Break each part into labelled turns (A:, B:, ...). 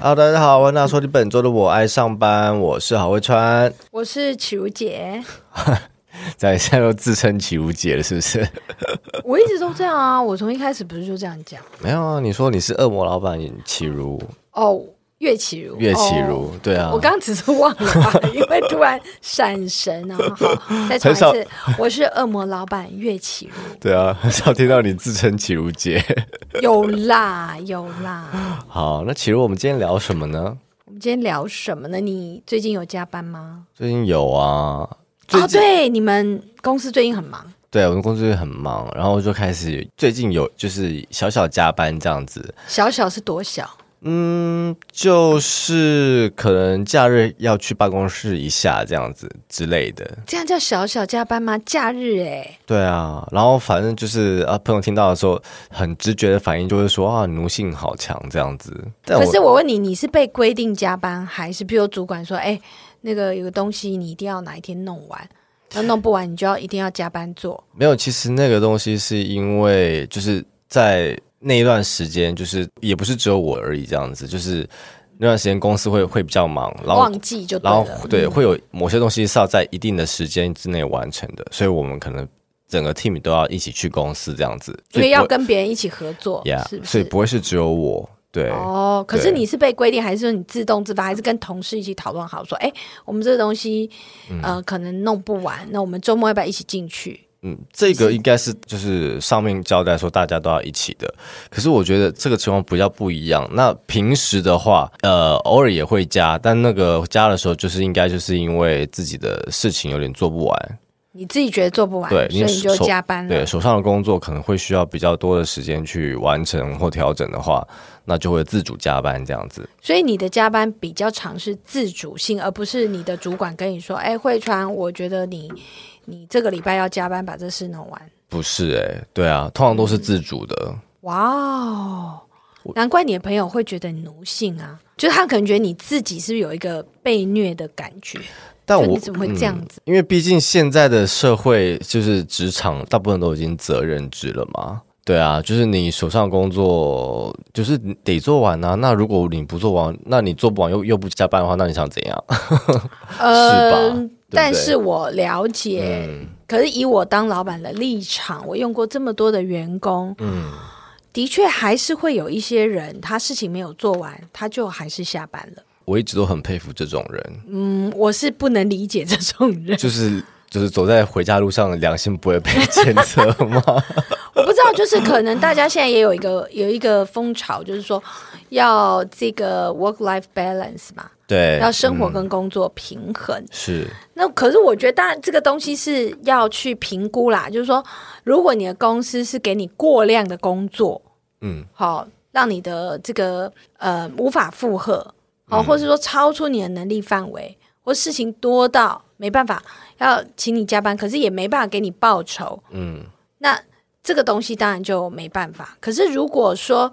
A: Hello，大家好，欢迎大家收听本周的《我爱上班》，我是郝慧川，
B: 我是曲如姐，
A: 在现在都自称起无解了，是不是？
B: 我一直都这样啊，我从一开始不是就这样讲
A: 没有啊，你说你是恶魔老板起如
B: 哦，岳启如，
A: 岳起
B: 哦
A: 如，对啊，
B: 我刚刚只是忘了吧，因为突然闪神 啊！好，再重
A: 很少
B: 一次，我是恶魔老板岳启如，
A: 对啊，很少听到你自称起如姐。
B: 有啦有啦。
A: 好，那起如我们今天聊什么呢？
B: 我们今天聊什么呢？你最近有加班吗？
A: 最近有啊，最
B: 哦，
A: 近、
B: 对，你们公司最近很忙，
A: 对我们工作也很忙，然后就开始最近有就是小小加班这样子，
B: 小小是多小？
A: 嗯，就是可能假日要去办公室一下这样子之类的。
B: 这样叫小小加班吗？假日哎、
A: 对啊，然后反正就是啊，朋友听到的时候，很直觉的反应就是说啊，奴性好强这样子。但
B: 可
A: 我
B: 是我问你，你是被规定加班，还是比如主管说，哎、那个有个东西你一定要哪一天弄完，那弄不完你就要一定要加班做？
A: 没有，其实那个东西是因为就是在那一段时间，就是也不是只有我而已这样子，就是那段时间公司会会比较忙，然后
B: 忘记就对
A: 然后
B: 了。嗯
A: 对会有某些东西是要在一定的时间之内完成的，所以我们可能整个 team 都要一起去公司这样子，
B: 因
A: 所以
B: 为
A: 不
B: 要
A: 会
B: 跟别人一起合作
A: yeah，
B: 是不
A: 所以
B: 是？
A: 不会是只有我对。
B: 哦，可是
A: 对
B: 你是被规定，还是说你自动自发，还是跟同事一起讨论好说，哎、我们这个东西，呃，可能弄不完，那我们周末要不要一起进去？
A: 嗯，这个应该是就是上面交代说大家都要一起的，可是我觉得这个情况比较不一样。那平时的话，呃，偶尔也会加，但那个加的时候，就是应该就是因为自己的事情有点做不完，
B: 你自己觉得做不完，
A: 对
B: 所以你就
A: 手
B: 加班了
A: 对。手上的工作可能会需要比较多的时间去完成或调整的话，那就会自主加班这样子。
B: 所以你的加班比较常是自主性，而不是你的主管跟你说：“哎，慧川，我觉得你你这个礼拜要加班把这事弄完。
A: 不是诶、对啊，通常都
B: 嗯
A: 是自主的。”
B: 哇哦，难怪你的朋友会觉得你奴性啊，就是他可能觉得你自己是不是有一个被虐的感觉？
A: 但
B: 就
A: 我嗯
B: 你怎么会这样子？
A: 因为毕竟现在的社会就是职场，大部分都已经责任制了嘛。对啊，就是你手上的工作就是你得做完啊。那如果你不做完，那你做不完又又不加班的话，那你想怎样？ 对
B: 呃，
A: 不对嗯
B: 但是我了解，可是以我当老板的立场，我用过这么多的员工，嗯，的确还是会有一些人，他事情没有做完，他就还是下班了。
A: 我一直都很佩服这种人，
B: 嗯，我是不能理解这种人，
A: 就是就是走在回家路上，良心不会被 谴责吗？
B: 我不知道，就是可能大家现在也有一个有一个风潮，就是说要这个 work life balance 嘛，
A: 对，嗯
B: 要生活跟工作平衡。
A: 是
B: 那可是我觉得，当然这个东西是要去评估啦，就是说，如果你的公司是给你过量的工作，
A: 嗯，
B: 好、让你的这个呃无法负荷，好、或是说超出你的能力范围，或事情多到没办法要请你加班，可是也没办法给你报酬，嗯，那这个东西当然就没办法。可是如果说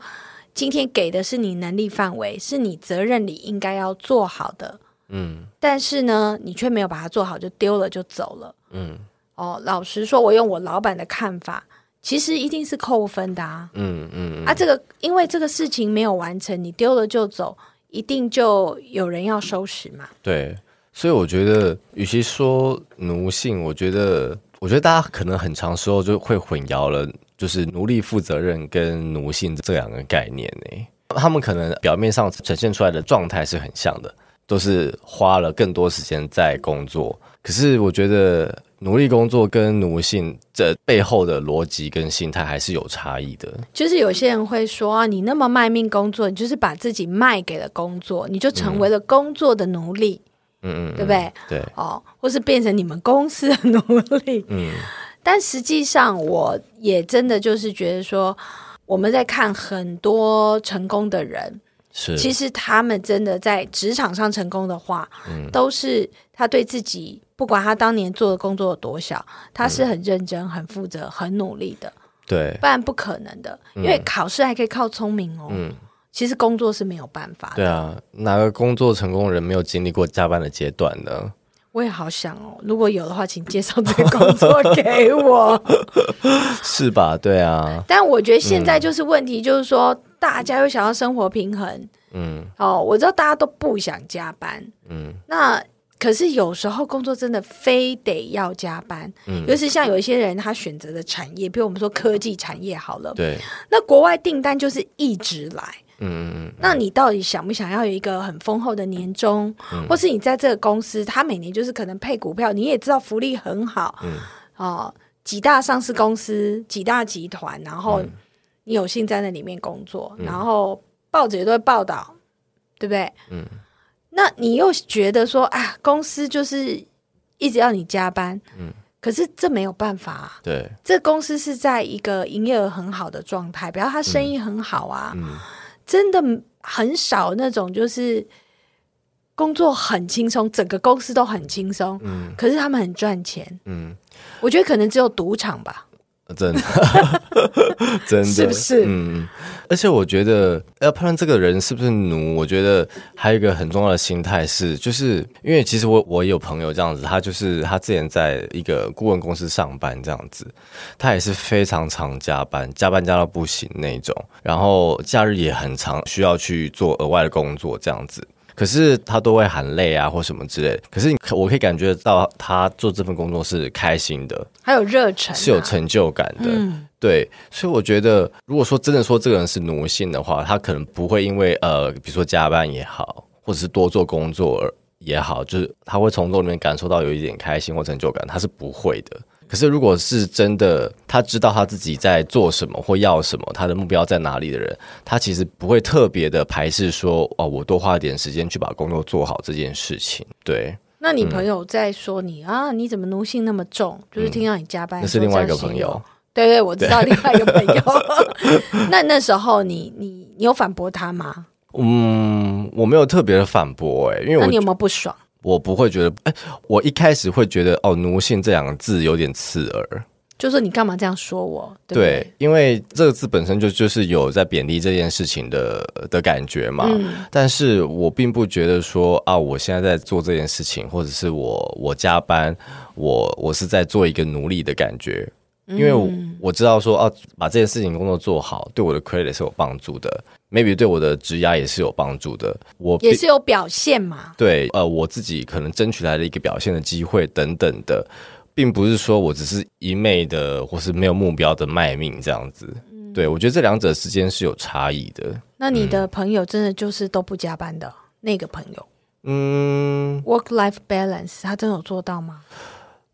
B: 今天给的是你能力范围，是你责任里应该要做好的，嗯，但是呢，你却没有把它做好，就丢了就走了，嗯，哦，老实说，我用我老板的看法。其实一定是扣分的啊，
A: 嗯嗯，
B: 啊，这个因为这个事情没有完成，你丢了就走，一定就有人要收拾嘛。
A: 对。所以我觉得，与其说奴性，我觉得，我觉得大家可能很长时候就会混淆了，就是奴隶负责任跟奴性这两个概念呢。他们可能表面上呈现出来的状态是很像的，都是花了更多时间在工作。可是我觉得，奴隶工作跟奴性这背后的逻辑跟心态还是有差异的。
B: 就是有些人会说、啊，你那么卖命工作，你就是把自己卖给了工作，你就成为了工作的奴隶，
A: 嗯嗯嗯，
B: 对不对？
A: 对，
B: 哦，或是变成你们公司的奴隶。
A: 嗯
B: 但实际上，我也真的就是觉得说，我们在看很多成功的人，
A: 是，
B: 其实他们真的在职场上成功的话，
A: 嗯
B: 都是他对自己，不管他当年做的工作有多小，他是很认
A: 嗯
B: 真、很负责、很努力的，
A: 对
B: 不然不可能的。
A: 嗯
B: 因为考试还可以靠聪明哦，其实工作是没有办法的。
A: 对啊，哪个工作成功人没有经历过加班的阶段呢？
B: 我也好想哦，如果有的话，请介绍这个工 作给我。
A: 是吧？对啊，
B: 嗯但我觉得现在就是问题，就是说大家又想要生活平衡，嗯，哦，我知道大家都不想加班，嗯，那可是有时候工作真的非得要加班，嗯，尤其像有一些人他选择的产业，比如我们说科技产业好了，
A: 对，
B: 那国外订单就是一直来，
A: 嗯嗯
B: 那你到底想不想要有一个很丰厚的年终，
A: 嗯
B: 或是你在这个公司，它每年就是可能配股票，你也知道福利很好，
A: 嗯
B: 哦，几大上市公司、几大集团，然
A: 嗯
B: 后你有幸在那里面工作，然后报纸也都会报道，对不对？嗯，那你又觉得说，啊，公司就是一直要你加班，嗯，可是这没有办法、啊，
A: 嗯，对，
B: 这公司是在一个营业额很好的状态，比方他生意很好啊，
A: 嗯
B: 真的很少那种就是工作很轻松，整个公司都很轻松，可是他们很赚钱，
A: 嗯，
B: 我觉得可能只有赌场吧，
A: 真的， 真的，
B: 是不是？
A: 嗯，而且我觉得要判断这个人是不是奴，我觉得还有一个很重要的心态是，就是因为其实我我有朋友这样子，他就是他之前在一个顾问公司上班这样子，他也是非常常加班，加班加到不行那种，然后假日也很长，需要去做额外的工作这样子。可是他都会喊累啊，或什么之类的。可是你可我可以感觉到他做这份工作是开心的，
B: 还有热忱、啊，嗯
A: 是有成就感的。对，所以我觉得，如果说真的说这个人是奴性的话，他可能不会因为呃，比如说加班也好，或者是多做工作而也好，就是他会从中里面感受到有一点开心或成就感，他是不会的。可是，如果是真的，他知道他自己在做什么或要什么，他的目标在哪里的人，他其实不会特别的排斥说，哦，我多花一点时间去把工作做好这件事情。对，
B: 那你朋友在说你、啊，你怎么奴性那么重？就是听到你加
A: 嗯
B: 班，
A: 那是
B: 哎说哦
A: 另外一
B: 这
A: 个
B: 样
A: 朋
B: 形容
A: 友。
B: 对对，我知道另外一个朋 友。那那时候你你你有反驳他吗？
A: 嗯，我没有特别的反驳诶、因为
B: 那
A: 我
B: 你有没有不爽？
A: 我不会觉得，哎、我一开始会觉得哦，奴性这两个字有点刺耳，
B: 就说你干嘛这样说我？对不
A: 对，
B: 对
A: 因为这个字本身就就是有在贬低这件事情的的感觉嘛。
B: 嗯
A: 但是我并不觉得说啊，我现在在做这件事情，或者是我我加班，我我是在做一个奴隶的感觉，
B: 嗯
A: 因为我,、知道说啊，把这件事情工作做好，对我的 credit 是有帮助的，maybe 对我的职涯也是有帮助的。我
B: 也是有表现嘛。
A: 对，呃，我自己可能争取来的一个表现的机会等等的，并不是说我只是一昧的或是没有目标的卖命这样子。
B: 嗯
A: 对，我觉得这两者之间是有差异的。
B: 那你的朋友真的就是都不加班的那个朋友
A: 嗯，
B: ，work life balance，他真的有做到吗？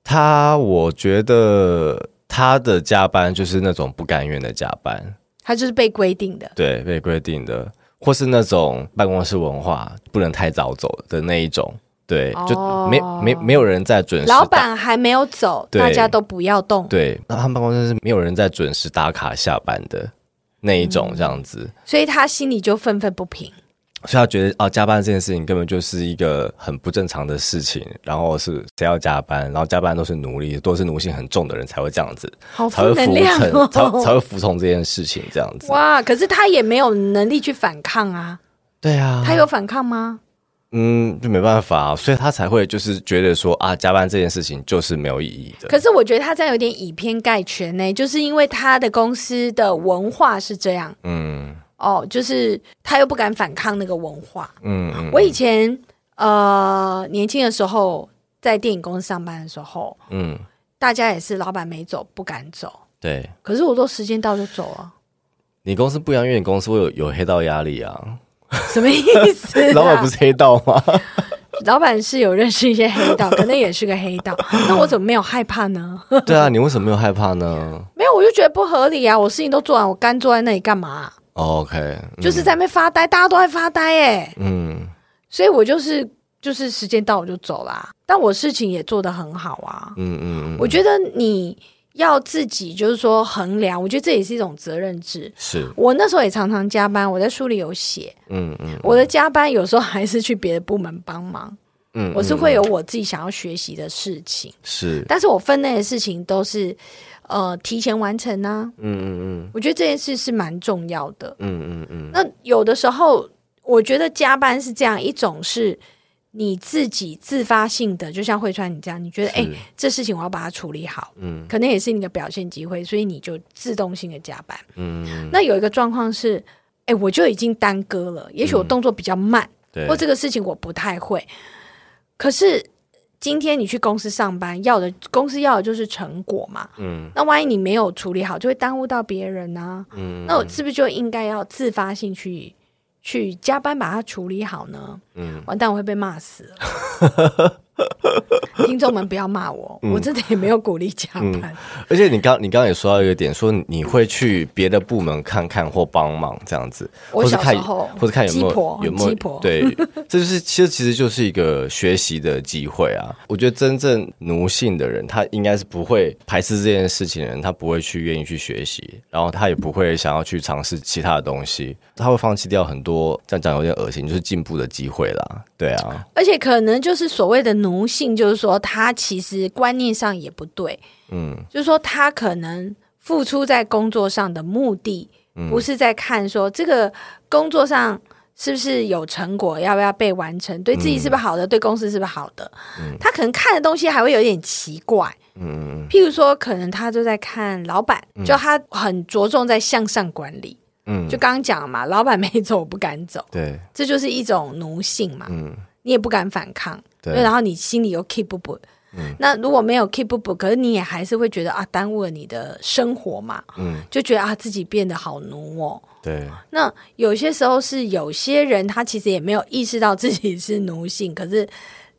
A: 他我觉得他的加班就是那种不甘愿的加班，
B: 他就是被规定的。
A: 对，被规定的，或是那种办公室文化不能太早走的那一种。对，就没、没没有人在准时
B: 哦老
A: 打
B: 板还没有走，
A: 对
B: 大家都不要动，
A: 对，那他们办公室是没有人在准时打卡下班的那一种
B: 嗯
A: 这样子，
B: 所以他心里就愤愤不平。
A: 所以他觉得啊，加班这件事情根本就是一个很不正常的事情，然后是谁要加班，然后加班都是奴隶，都是奴性很重的人才会这样子，
B: 好
A: 才会
B: 负
A: 服
B: 能量
A: 从，
B: 哦！
A: 才才会服从这件事情这样子。
B: 哇，可是他也没有能力去反抗啊，
A: 对啊，
B: 他有反抗吗？
A: 嗯，就没办法、所以他才会就是觉得说啊，加班这件事情就是没有意义的。
B: 可是我觉得他这样有点以偏概全呢、就是因为他的公司的文化是这样
A: 嗯
B: 哦，就是他又不敢反抗那个文化。
A: 嗯嗯，
B: 我以前呃年轻的时候在电影公司上班的时候，
A: 嗯，
B: 大家也是老板没走不敢走，
A: 对
B: 可是我都时间到就走啊，
A: 你公司不一样，因为你公司会有有黑道压力啊。
B: 什么意思、啊？
A: 老板不是黑道吗？
B: 老板是有认识一些黑道，可能也是个黑道， 那我怎么没有害怕呢？
A: 对啊，你为什么没有害怕呢
B: 没有，我就觉得不合理啊！我事情都做完，我干坐在那里干嘛啊、
A: ？OK，嗯
B: 就是在那边发呆，大家都在发呆哎、
A: 嗯
B: 所以我就是就是时间到我就走啦。但我事情也做得很好啊，
A: 嗯嗯嗯，
B: 我觉得你要自己就是说衡量，我觉得这也是一种责任制。
A: 是，
B: 我那时候也常常加班，我在书里有写，
A: 嗯嗯
B: 我的加班有时候还是去别的部门帮忙，
A: 嗯，
B: 我是
A: 嗯
B: 会有我自己想要学习的事情。
A: 是，
B: 但是我分内的事情都是呃提前完成啊，
A: 嗯嗯
B: 我觉得这件事是蛮重要的。
A: 嗯嗯嗯嗯，
B: 那有的时候，我觉得加班是这样一种是你自己自发性的，就像慧川你这样，你觉得哎、
A: 是
B: 这事情我要把它处理好，
A: 嗯
B: 可能也是你的表现机会，所以你就自动性的加班。
A: 嗯
B: 那有一个状况是，哎，我就已经耽搁了，也许我动作比较慢，
A: 对，
B: 或这个事情我不太会。可是今天你去公司上班，要的公司要的就是成果嘛。
A: 嗯
B: 那万一你没有处理好，就会耽误到别人啊。
A: 嗯
B: 那我是不是就应该要自发性去去加班把它处理好呢？
A: 嗯，
B: 完蛋，我会被骂死了。 听众们不要骂我，
A: 嗯
B: 我真的也没有鼓励加班。
A: 而且你刚你刚刚也说到一个点，说你会去别的部门看看或帮忙这样子，
B: 我
A: 或是
B: 小
A: 看
B: 时候
A: 或者看有没
B: 鸡婆
A: 有有没
B: 鸡
A: 有
B: 婆
A: 对，这就是其实其实就是一个学习的机会啊。我觉得真正奴性的人，他应该是不会排斥这件事情的人，他不会去愿意去学习，然后他也不会想要去尝试其他的东西，他会放弃掉很多这样讲有点恶心，就是进步的机会啦。对啊，
B: 而且可能就是所谓的奴性，就是说他其实观念上也不对，嗯，就是说他可能付出在工作上的目的，不是在看说这个工作上是不是有成果，要不要被完成，对自己是不是好的，对公司是不是好的，他可能看的东西还会有点奇怪。
A: 嗯
B: 譬如说，可能他就在看老板，就他很着重在向上管理。
A: 嗯
B: 就刚刚讲嘛，老板没走，我不敢走，
A: 对，
B: 这就是一种奴性嘛。
A: 嗯
B: 你也不敢反抗，
A: 对嗯
B: 然后你心里又 keep 不不。那如果没有 keep 不不，可是你也还是会觉得啊，耽误了你的生活嘛，
A: 嗯
B: 就觉得啊自己变得好奴哦。
A: 对，
B: 那有些时候是有些人他其实也没有意识到自己是奴性，可是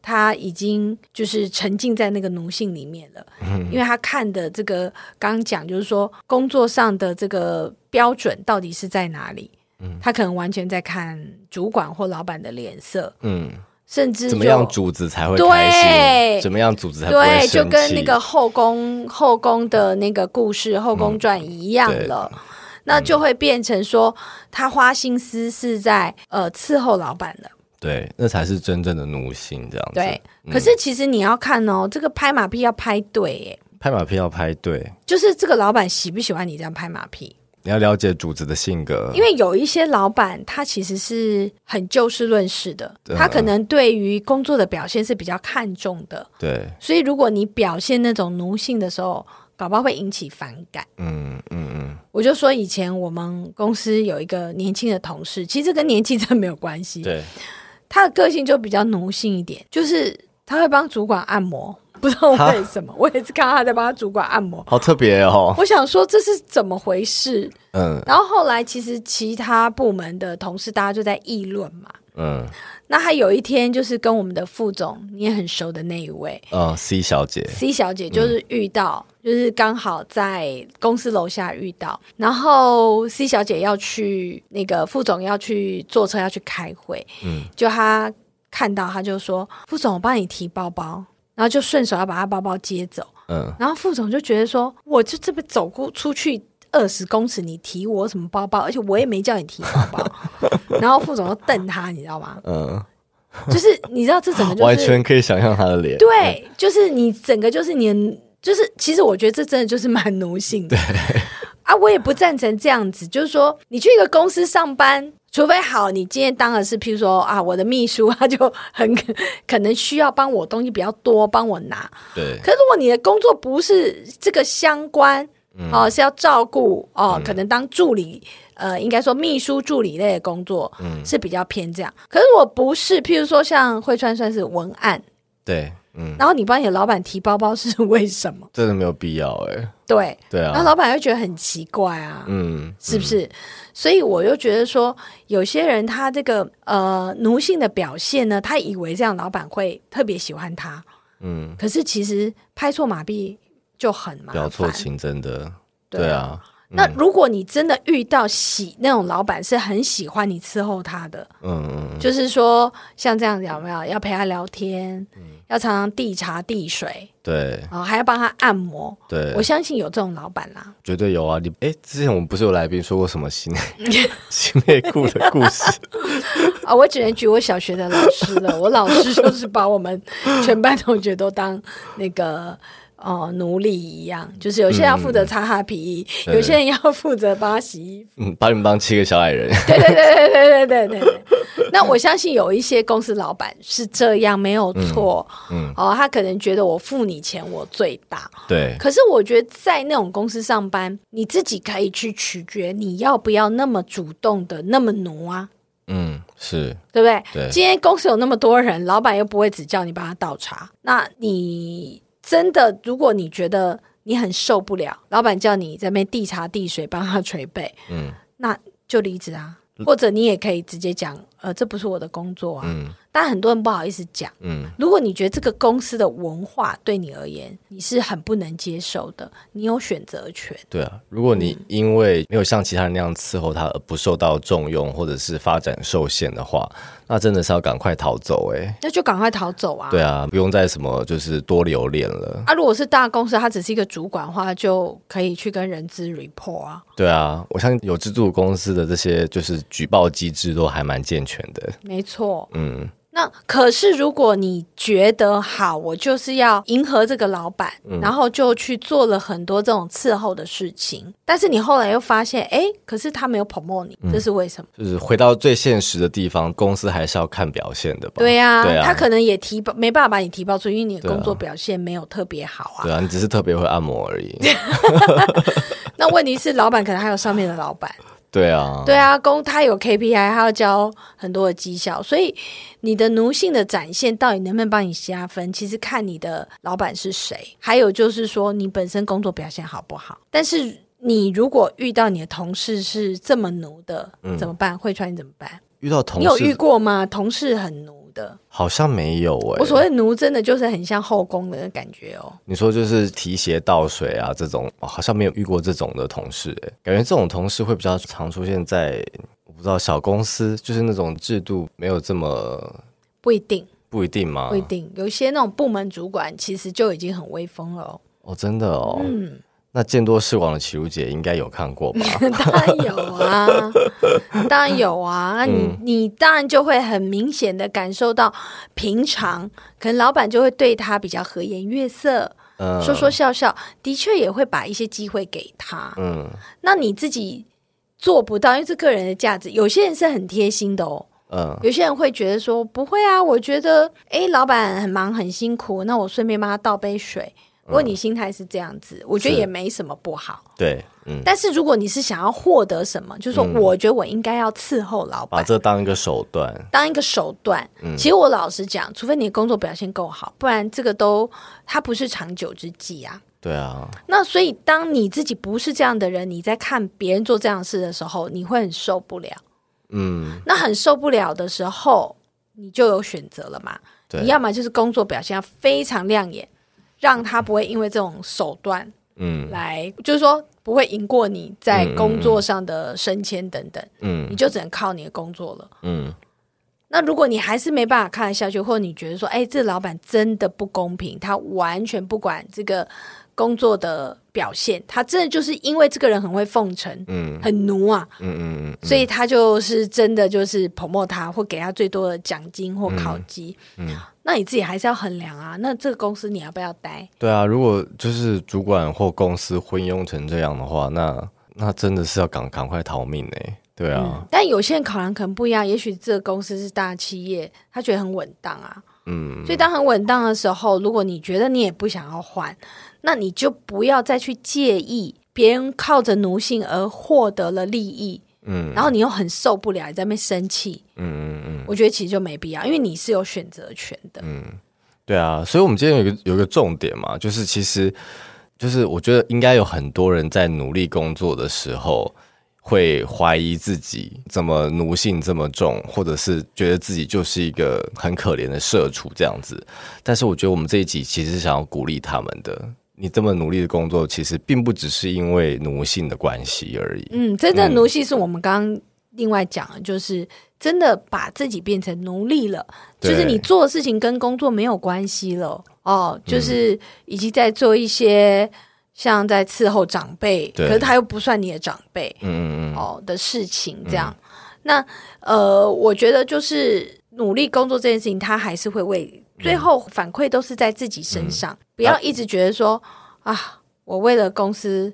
B: 他已经就是沉浸在那个奴性里面了，
A: 嗯
B: 因为他看的这个刚刚讲就是说工作上的这个标准到底是在哪里，
A: 嗯
B: 他可能完全在看主管或老板的脸色，
A: 嗯。
B: 甚至
A: 怎么
B: 就
A: 样组织才会
B: 对
A: 开心？怎么样组织才不会
B: 对，就
A: 生
B: 跟
A: 气？
B: 那个后宫后宫的那个故事《后
A: 嗯
B: 宫传》一样了。那就会变成说，他花心思是在呃伺候老板的，
A: 对，那才是真正的奴性这样子。
B: 对。
A: 嗯
B: 可是其实你要看哦，这个拍马屁要拍对，耶，
A: 拍马屁要拍对，
B: 就是这个老板喜不喜欢你这样拍马屁？
A: 你要了解组织的性格，
B: 因为有一些老板他其实是很就事论事的，
A: 对啊
B: 他可能对于工作的表现是比较看重的，
A: 对，
B: 所以如果你表现那种奴性的时候，搞不好会引起反感。
A: 嗯嗯嗯，
B: 我就说以前我们公司有一个年轻的同事，其实跟年纪真的没有关系，
A: 对，
B: 他的个性就比较奴性一点，就是他会帮主管按摩，不知道为什么，我也是看到他在帮他主管按摩。
A: 好特别哦，
B: 我想说这是怎么回事？
A: 嗯
B: 然后后来其实其他部门的同事大家就在议论嘛。
A: 嗯
B: 那他有一天就是跟我们的副总你也很熟的那一位
A: 呃，C 小姐，
B: C 小
A: 嗯
B: 姐，就是遇到，就是刚好在公司楼下遇到，然后 C 小姐要去那个副总要去坐车要去开会，
A: 嗯，
B: 就她看到她就说副总我帮你提包包，然后就顺手要把她包包接走，
A: 嗯
B: 然后副总就觉得说我就这边走过出去。二十公尺，你提我什么包包？而且我也没叫你提包 包。然后副总就瞪他，你知道吗？
A: 嗯，
B: 就是你知道这整个 就
A: 完
B: 是
A: 全可以想象她的脸，
B: 对，就是你整个就是你的，就是其实我觉得这真的就是蛮奴性的。啊，我也不赞成这样子，就是说你去一个公司上班。除非好，你今天当然是，譬如说啊，我的秘书他就很可可能需要帮我东西比较多，帮我拿。
A: 对，
B: 可是如果你的工作不是这个相关，哦、是要照顾哦、可能当助理，呃，应该说秘书助理类的工作，是比较偏这样。可是我不是，譬如说像慧川算是文案，
A: 对，嗯，
B: 然后你帮你的老板提包包是为什么？
A: 真的没有必要哎，
B: 对，
A: 对
B: 然后
A: 啊，
B: 老板会觉得很奇怪啊，
A: 嗯，
B: 是不是？所以我就觉得说，有些人他这个呃奴性的表现呢，他以为这样老板会特别喜欢他，
A: 嗯，
B: 可是其实拍错马屁就很麻
A: 表
B: 烦。
A: 错情真的，
B: 对
A: 对
B: 啊
A: 啊，
B: 那如果你真的遇到喜那种老板是很喜欢你伺候他的，
A: 嗯嗯
B: 就是说像这样子有没有？要陪他聊天，
A: 嗯
B: 要常常递茶递水，
A: 对
B: 然后还要帮他按摩。
A: 对
B: 我，相信有这种老板啦。
A: 绝对有啊！你哎，之前我们不是有来宾说过什么 心心内裤的故事？
B: 啊，我只能举我小学的老师了。我老师就是把我们全班同学都当那个哦奴隶一样，就是有些要负责擦哈皮衣，
A: 对
B: 有些人要负责帮他洗衣服。
A: 嗯，把你们当七个小矮人，
B: 对对对对对对对对。 那我相信有一些公司老板是这样，没有错。
A: 嗯
B: 哦，他可能觉得我付你钱，我最大。
A: 对，
B: 可是我觉得在那种公司上班，你自己可以去取决你要不要那么主动的那么奴啊，
A: 嗯，是，
B: 对不对？
A: 对
B: 今天公司有那么多人，老板又不会只叫你帮他倒茶，那你真的如果你觉得你很受不了，老板叫你在那边递茶递水帮他捶背，
A: 嗯
B: 那就离职啊。或者你也可以直接讲，呃，这不是我的工作啊。
A: 嗯
B: 但很多人不好意思讲。
A: 嗯
B: 如果你觉得这个公司的文化对你而言你是很不能接受的，你有选择权。
A: 对啊，如果你因为没有像其他人那样伺候他而不受到重用或者是发展受限的话，那真的是要赶快逃走哎、
B: 那就赶快逃走啊！
A: 对啊，不用再什么就是多留恋了。
B: 啊，如果是大公司，他只是一个主管的话，就可以去跟人资 report 啊。
A: 对啊，我相信有资助公司的这些就是举报机制都还蛮健全的。
B: 没错。
A: 嗯
B: 那可是如果你觉得好，我就是要迎合这个老板，
A: 嗯
B: 然后就去做了很多这种伺候的事情，但是你后来又发现，哎，可是他没有 promote 你，
A: 嗯
B: 这是为什么？
A: 就是回到最现实的地方，公司还是要看表现的吧？
B: 对呀、
A: 对啊
B: 他可能也提报，没办法把你提报出，因为你的
A: 对啊
B: 工作表现没有特别好啊。
A: 对啊，你只是特别会按摩 而已。
B: 那问题是，老板可能还有上面的老板，
A: 对啊，
B: 对啊，公他有 KPI，他要交很多的绩效，所以你的奴性的展现到底能不能帮你加分，其实看你的老板是谁，还有就是说你本身工作表现好不好。但是你如果遇到你的同事是这么奴的，怎么办？会穿你怎么办？
A: 遇到嗯同
B: 你有遇
A: 事
B: 过吗？同事很奴的，
A: 好像没有哎、
B: 我所谓奴，真的就是很像后宫的感觉哦。
A: 你说就是提鞋倒水啊这种、哦好像没有遇过这种的同事、欸，感觉这种同事会比较常出现在我不知道小公司，就是那种制度没有这么
B: 不一定，
A: 不一定吗？
B: 不一定，有些那种部门主管其实就已经很威风了哦。
A: 哦，真的哦，嗯，那见多识广的齐如姐应该有看过吧？
B: 当然有啊，当然有啊。那你、
A: 嗯
B: 你当然就会很明显的感受到，平常可能老板就会对他比较和颜悦色，
A: 嗯
B: 说说笑笑，的确也会把一些机会给他。
A: 嗯
B: 那你自己做不到，因为是个人的价值。有些人是很贴心的哦，
A: 嗯
B: 有些人会觉得说不会啊，我觉得诶，老板很忙很辛苦，那我顺便帮他倒杯水。如果你心态是这样子，我觉
A: 嗯
B: 得
A: 是
B: 也没什么不好。
A: 对，嗯，
B: 但是如果你是想要获得什么，就是说，我觉得我应该要伺候老
A: 把
B: 板，
A: 啊这当一个手段，
B: 当一个手段。其实我老实讲，除非你的工作表现够好，不然这个都它不是长久之计啊。
A: 对啊，
B: 那所以，当你自己不是这样的人，你在看别人做这样的事的时候，你会很受不了。
A: 嗯，
B: 那很受不了的时候，你就有选择了嘛？
A: 对
B: 你要么就是工作表现要非常亮眼，让他不会因为这种手段
A: 嗯
B: 来，就是说不会赢过你在工作上的升迁等等，
A: 嗯
B: 你就只能靠你的工作了。
A: 嗯，
B: 那如果你还是没办法看得下去，或者你觉得说，哎，这老板真的不公平，他完全不管这个工作的表现，他真的就是因为这个人很会奉承，嗯，很奴啊，嗯嗯嗯，所以他就是真的就是 promote 他，或给他最多的奖金或考绩，嗯，那你自己还是要衡量啊，那这个公司你要不要待？
A: 对啊，如果就是主管或公司昏庸成这样的话，那那真的是要赶赶快逃命哎、对啊，
B: 但有些人考量可能不一样，也许这个公司是大企业，他觉得很稳当啊。嗯，所以当很稳当的时候，如果你觉得你也不想要换，那你就不要再去介意别人靠着奴性而获得了利益。嗯，然后你又很受不了，你在那边生气。嗯嗯嗯，我觉得其实就没必要，因为你是有选择权的。
A: 对啊，所以我们今天有一个有一个重点嘛，就是其实就是我觉得应该有很多人在努力工作的时候。会怀疑自己怎么奴性这么重，或者是觉得自己就是一个很可怜的社畜这样子。但是我觉得我们这一集其实是想要鼓励他们的。你这么努力的工作，其实并不只是因为奴性的关系而已。
B: 嗯，真正的奴性是我们刚刚另外讲的，就是真的把自己变成奴隶了，就
A: 对
B: 是你做的事情跟工作没有关系了哦，
A: 嗯
B: 就是以及在做一些像在伺候长辈，
A: 对
B: 可是他又不算你的长辈，
A: 嗯嗯嗯，
B: 哦的事情，这样。那呃，我觉得就是努力工作这件事情，它还是会为最后
A: 嗯
B: 反馈都是在自己身上，不要一直觉得说啊，我为了公司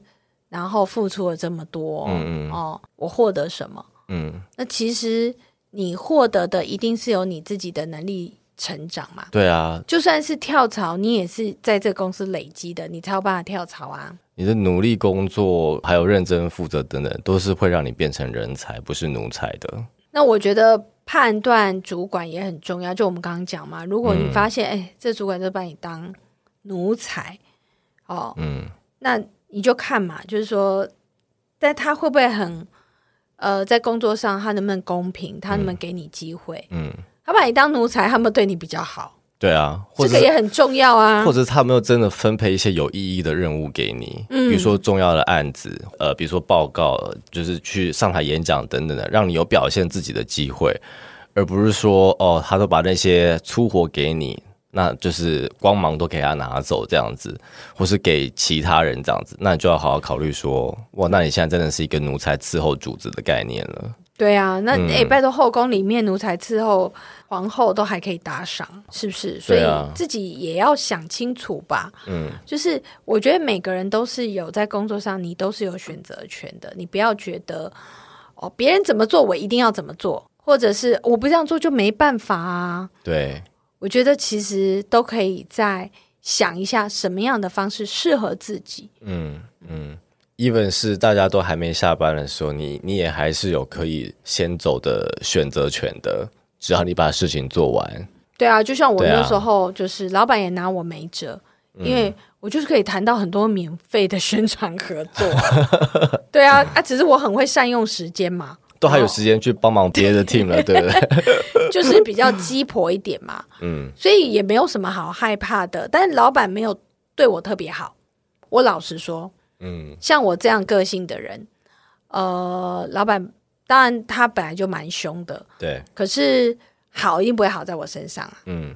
B: 然后付出了这么多，
A: 嗯嗯
B: 哦，我获得什么？
A: 嗯，
B: 那其实你获得的一定是有你自己的能力成长嘛。
A: 对啊，
B: 就算是跳槽，你也是在这个公司累积的，你才有办法跳槽啊。
A: 你的努力工作，还有认真负责等等，都是会让你变成人才，不是奴才的。
B: 那我觉得判断主管也很重要，就我们刚刚讲嘛，如
A: 嗯
B: 果你发现哎、这主管就把你当奴才，哦，
A: 嗯，
B: 那你就看嘛，就是说，但他会不会很呃，在工作上他能不能公平，他能不能给你机会？
A: 嗯，
B: 他把你当奴才，他们对你比较好，
A: 对啊，或者
B: 这个
A: 是
B: 也很重要啊
A: 或。者是他有没有真的分配一些有意义的任务给你，比如说重要的案子，呃，比如说报告，就是去上台演讲等等的，让你有表现自己的机会，而不是说哦，他都把那些粗活给你，那就是光芒都给他拿走这样子，或是给其他人这样子，那你就要好好考虑说，哇，那你现在真的是一个奴才伺候主子的概念了，
B: 对啊，那哎、
A: 嗯
B: 诶拜托后宫里面奴才伺候皇后都还可以打赏，是不是？所以
A: 对啊
B: 自己也要想清楚吧。嗯，就是我觉得每个人都是有在工作上，你都是有选择权的，你不要觉得哦，别人怎么做我一定要怎么做，或者是我不这样做就没办法啊。
A: 对，
B: 我觉得其实都可以再想一下什么样的方式适合自己。
A: 嗯，嗯，even 是大家都还没下班的时候，你你也还是有可以先走的选择权的，只要你把事情做完。
B: 对啊，就像我
A: 对啊嗯
B: 那时候，就是老板也拿我没辙，因为我就是可以谈到很多免费的宣传合 作。对啊，啊，只是我很会善用时间嘛，
A: 都还有时间去帮忙别的 team 了，对不对？
B: 就是比较鸡婆一点嘛，
A: 嗯，
B: 所以也没有什么好害怕的。但老板没有对我特别好，我老实说，
A: 嗯，
B: 像我这样个性的人，呃，老板当然他本来就蛮凶的，
A: 对，
B: 可是好一定不会好在我身上啊。
A: 嗯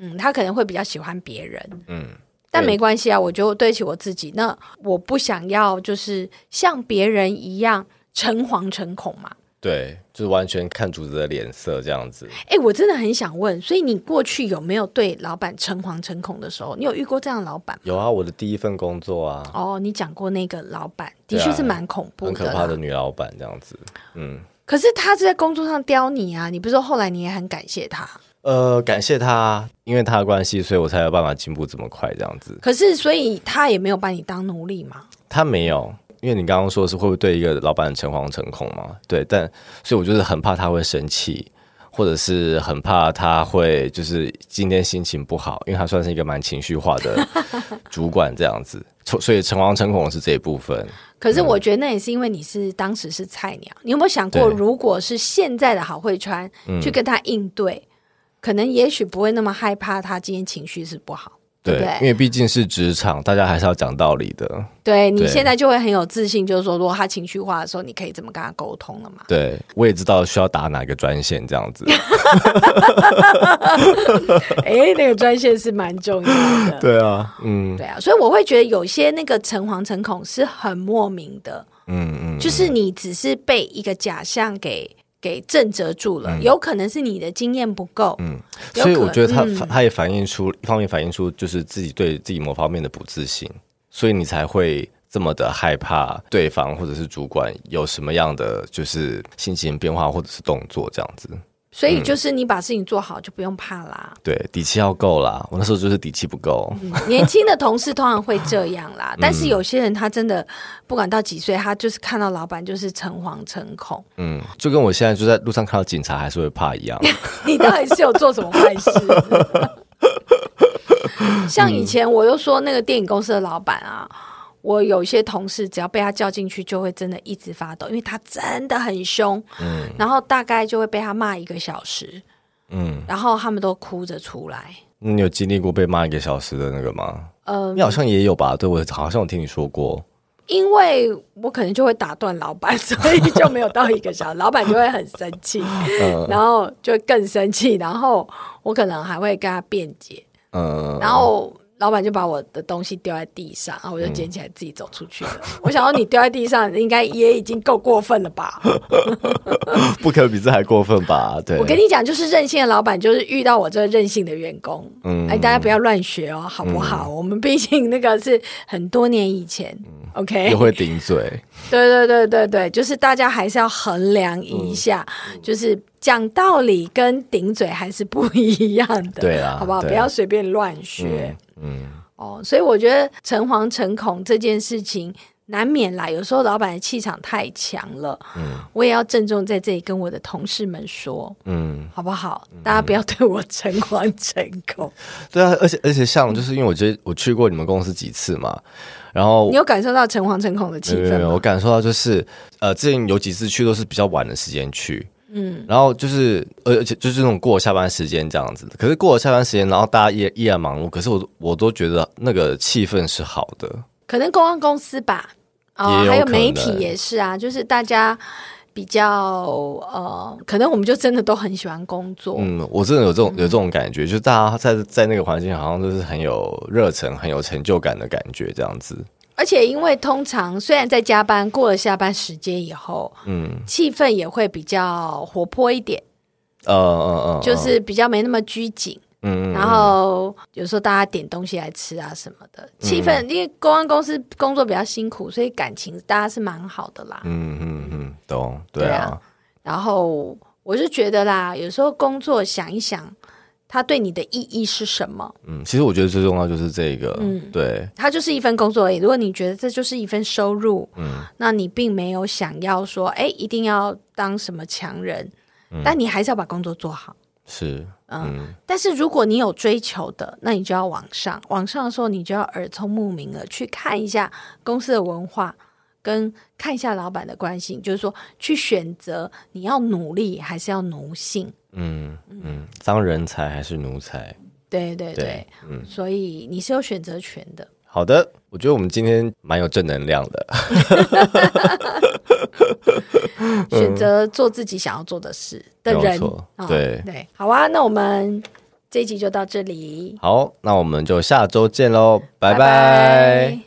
B: 嗯，他可能会比较喜欢别人，
A: 嗯，
B: 但
A: 对
B: 没关系啊，我就对得起我自己。那我不想要就是像别人一样诚惶诚恐嘛。
A: 对，就是完全看主子的脸色这样子。
B: 哎，我真的很想问，所以你过去有没有对老板诚惶诚恐的时候？你有遇过这样的老板吗？
A: 有啊，我的第一份工作啊，
B: 哦，你讲过那个老板的
A: 对啊
B: 确是蛮恐怖
A: 很
B: 的
A: 可
B: 啦，
A: 怕的女老板这样子。嗯，
B: 可是他是在工作上刁你啊，你不是说后来你也很感谢他？
A: 呃，感谢她，因为她的关系，所以我才有办法进步这么快这样子。
B: 可是所以他也没有把你当奴隶嘛？
A: 他没有，因为你刚刚说的是会不会对一个老板诚惶诚恐嘛？对，但所以我就是很怕他会生气，或者是很怕他会就是今天心情不好，因为他算是一个蛮情绪化的主管这样子，所所以诚惶诚恐是这一部分。
B: 可是我觉得那也是因为你是当时是菜鸟，你有没有想过，
A: 对
B: 如果是现在的郝慧川、去跟他应对，可能也许不会那么害怕他今天情绪是不好，对不
A: 因
B: 对？
A: 为毕竟是职场，大家还是要讲道理的。
B: 对你
A: 对
B: 现在就会很有自信，就是说，如果他情绪化的时候，你可以怎么跟他沟通 了嘛？
A: 对，我也知道需要打哪个专线这样子。
B: 诶，哎那个专线是蛮重要的。
A: 对啊，嗯
B: 对啊，所以我会觉得有些那个诚惶诚恐是很莫名的，
A: 嗯嗯，
B: 就是你只是被一个假象给给震慑住了，有可能是你的经验不够，嗯，
A: 所以我觉得他、
B: 嗯
A: 他也反映出一方面反映出就是自己对自己某方面的不自信，所以你才会这么的害怕对方或者是主管有什么样的就是心情变化或者是动作这样子。
B: 所以就是你把事情做好就不用怕啦。嗯
A: 对，底气要够啦。我那时候就是底气不够，
B: 年轻的同事通常会这样啦，但是有些人他真的不管到几岁，他就是看到老板就是诚惶诚恐。
A: 嗯，就跟我现在就在路上看到警察还是会怕一样。
B: 你到底是有做什么坏事？ 像以前我又说那个电影公司的老板啊，我有一些同事只要被他叫进去，就会真的一直发抖，因为他真的很凶。嗯，然后大概就会被他骂一个小时，
A: 嗯，
B: 然后他们都哭着出来。
A: 那你有经历过被骂一个小时的那个吗？
B: 嗯，
A: 你好像也有吧？对我好像有听你说过。
B: 因为我可能就会打断老板， 所以就没有到一个小时，老板就会很生气，然后就会更生气，然后我可能还会跟他辩解，
A: 嗯，
B: 然后老板就把我的东西丢在地上，然后我就捡起来自己走出去了。 我想说你丢在地上，应该也已经够过分了吧？
A: 不可比这还过分吧？对，
B: 我跟你讲，就是任性的老板，就是遇到我这任性的员工，哎，大家不要乱学哦，好不好？我们毕竟那个是很多年以前、o k
A: 又会顶嘴，
B: 对对对对对，就是大家还是要衡量一下，
A: 嗯
B: 就是讲道理跟顶嘴还是不一样的，
A: 对啊
B: 好不好？
A: 对啊
B: 不要随便乱学。
A: 嗯，
B: 哦，所以我觉得诚惶诚恐这件事情难免啦，有时候老板的气场太强了。嗯，我也要郑重在这里跟我的同事们说，
A: 嗯，
B: 好不好？大家不要对我诚惶诚 恐。
A: 对啊，而且而且
B: 嗯
A: 像就是因为我觉得我去过你们公司几次嘛，然后
B: 你有感受到诚惶诚恐的气
A: 没有没有
B: 氛
A: 没有
B: 吗？
A: 我感受到就是呃，之前有几次去都是比较晚的时间去。嗯，然后就是，而而且就是那种过了下班时间这样子的。可是过了下班时间，然后大家依依然忙碌，可是我我都觉得那个气氛是好的。
B: 可能公关公司吧，哦
A: 也，有
B: 还有媒
A: 可
B: 体
A: 能
B: 也是啊，就是大家。比较呃，可能我们就真的都很喜欢工作，
A: 嗯，我真的有这种有这种感觉，就是大家在在那个环境好像就是很有热忱、很有成就感的感觉，这样子。
B: 而且因为通常虽然在加班，过了下班时间以后，
A: 嗯，
B: 气氛也会比较活泼一点，
A: 呃呃呃，
B: 就是比较没那么拘谨。
A: 嗯，嗯
B: 然后有时候大家点东西来吃啊什么的，气氛、
A: 嗯
B: 因为公安公司工作比较辛苦，所以感情大家是蛮好的啦。
A: 嗯嗯嗯，懂，对
B: 对
A: 啊
B: 啊，然后我是觉得啦，有时候工作想一想，它对你的意义是什么？
A: 嗯，其实我觉得最重要就是这个，对，
B: 它就是一份工作而已。如果你觉得这就是一份收入，嗯，那你并没有想要说，哎，一定要当什么强人，但你还是要把工作做好。
A: 是，
B: 嗯，但是如果你有追求的，那你就要往上。往上的时候，你就要耳聪目明了，去看一下公司的文化，跟看一下老板的关系，就是说去选择你要努力还是要奴性。
A: 嗯嗯，当人才还是奴才？
B: 对对对，
A: 对
B: 嗯，所以你是有选择权的。
A: 好的，我觉得我们今天蛮有正能量的，
B: 选择做自己想要做的事的
A: 嗯没有
B: 人
A: 错。
B: 啊
A: 对
B: 对，好啊，那我们这一集就到这里，
A: 好，那我们就下周见喽，拜拜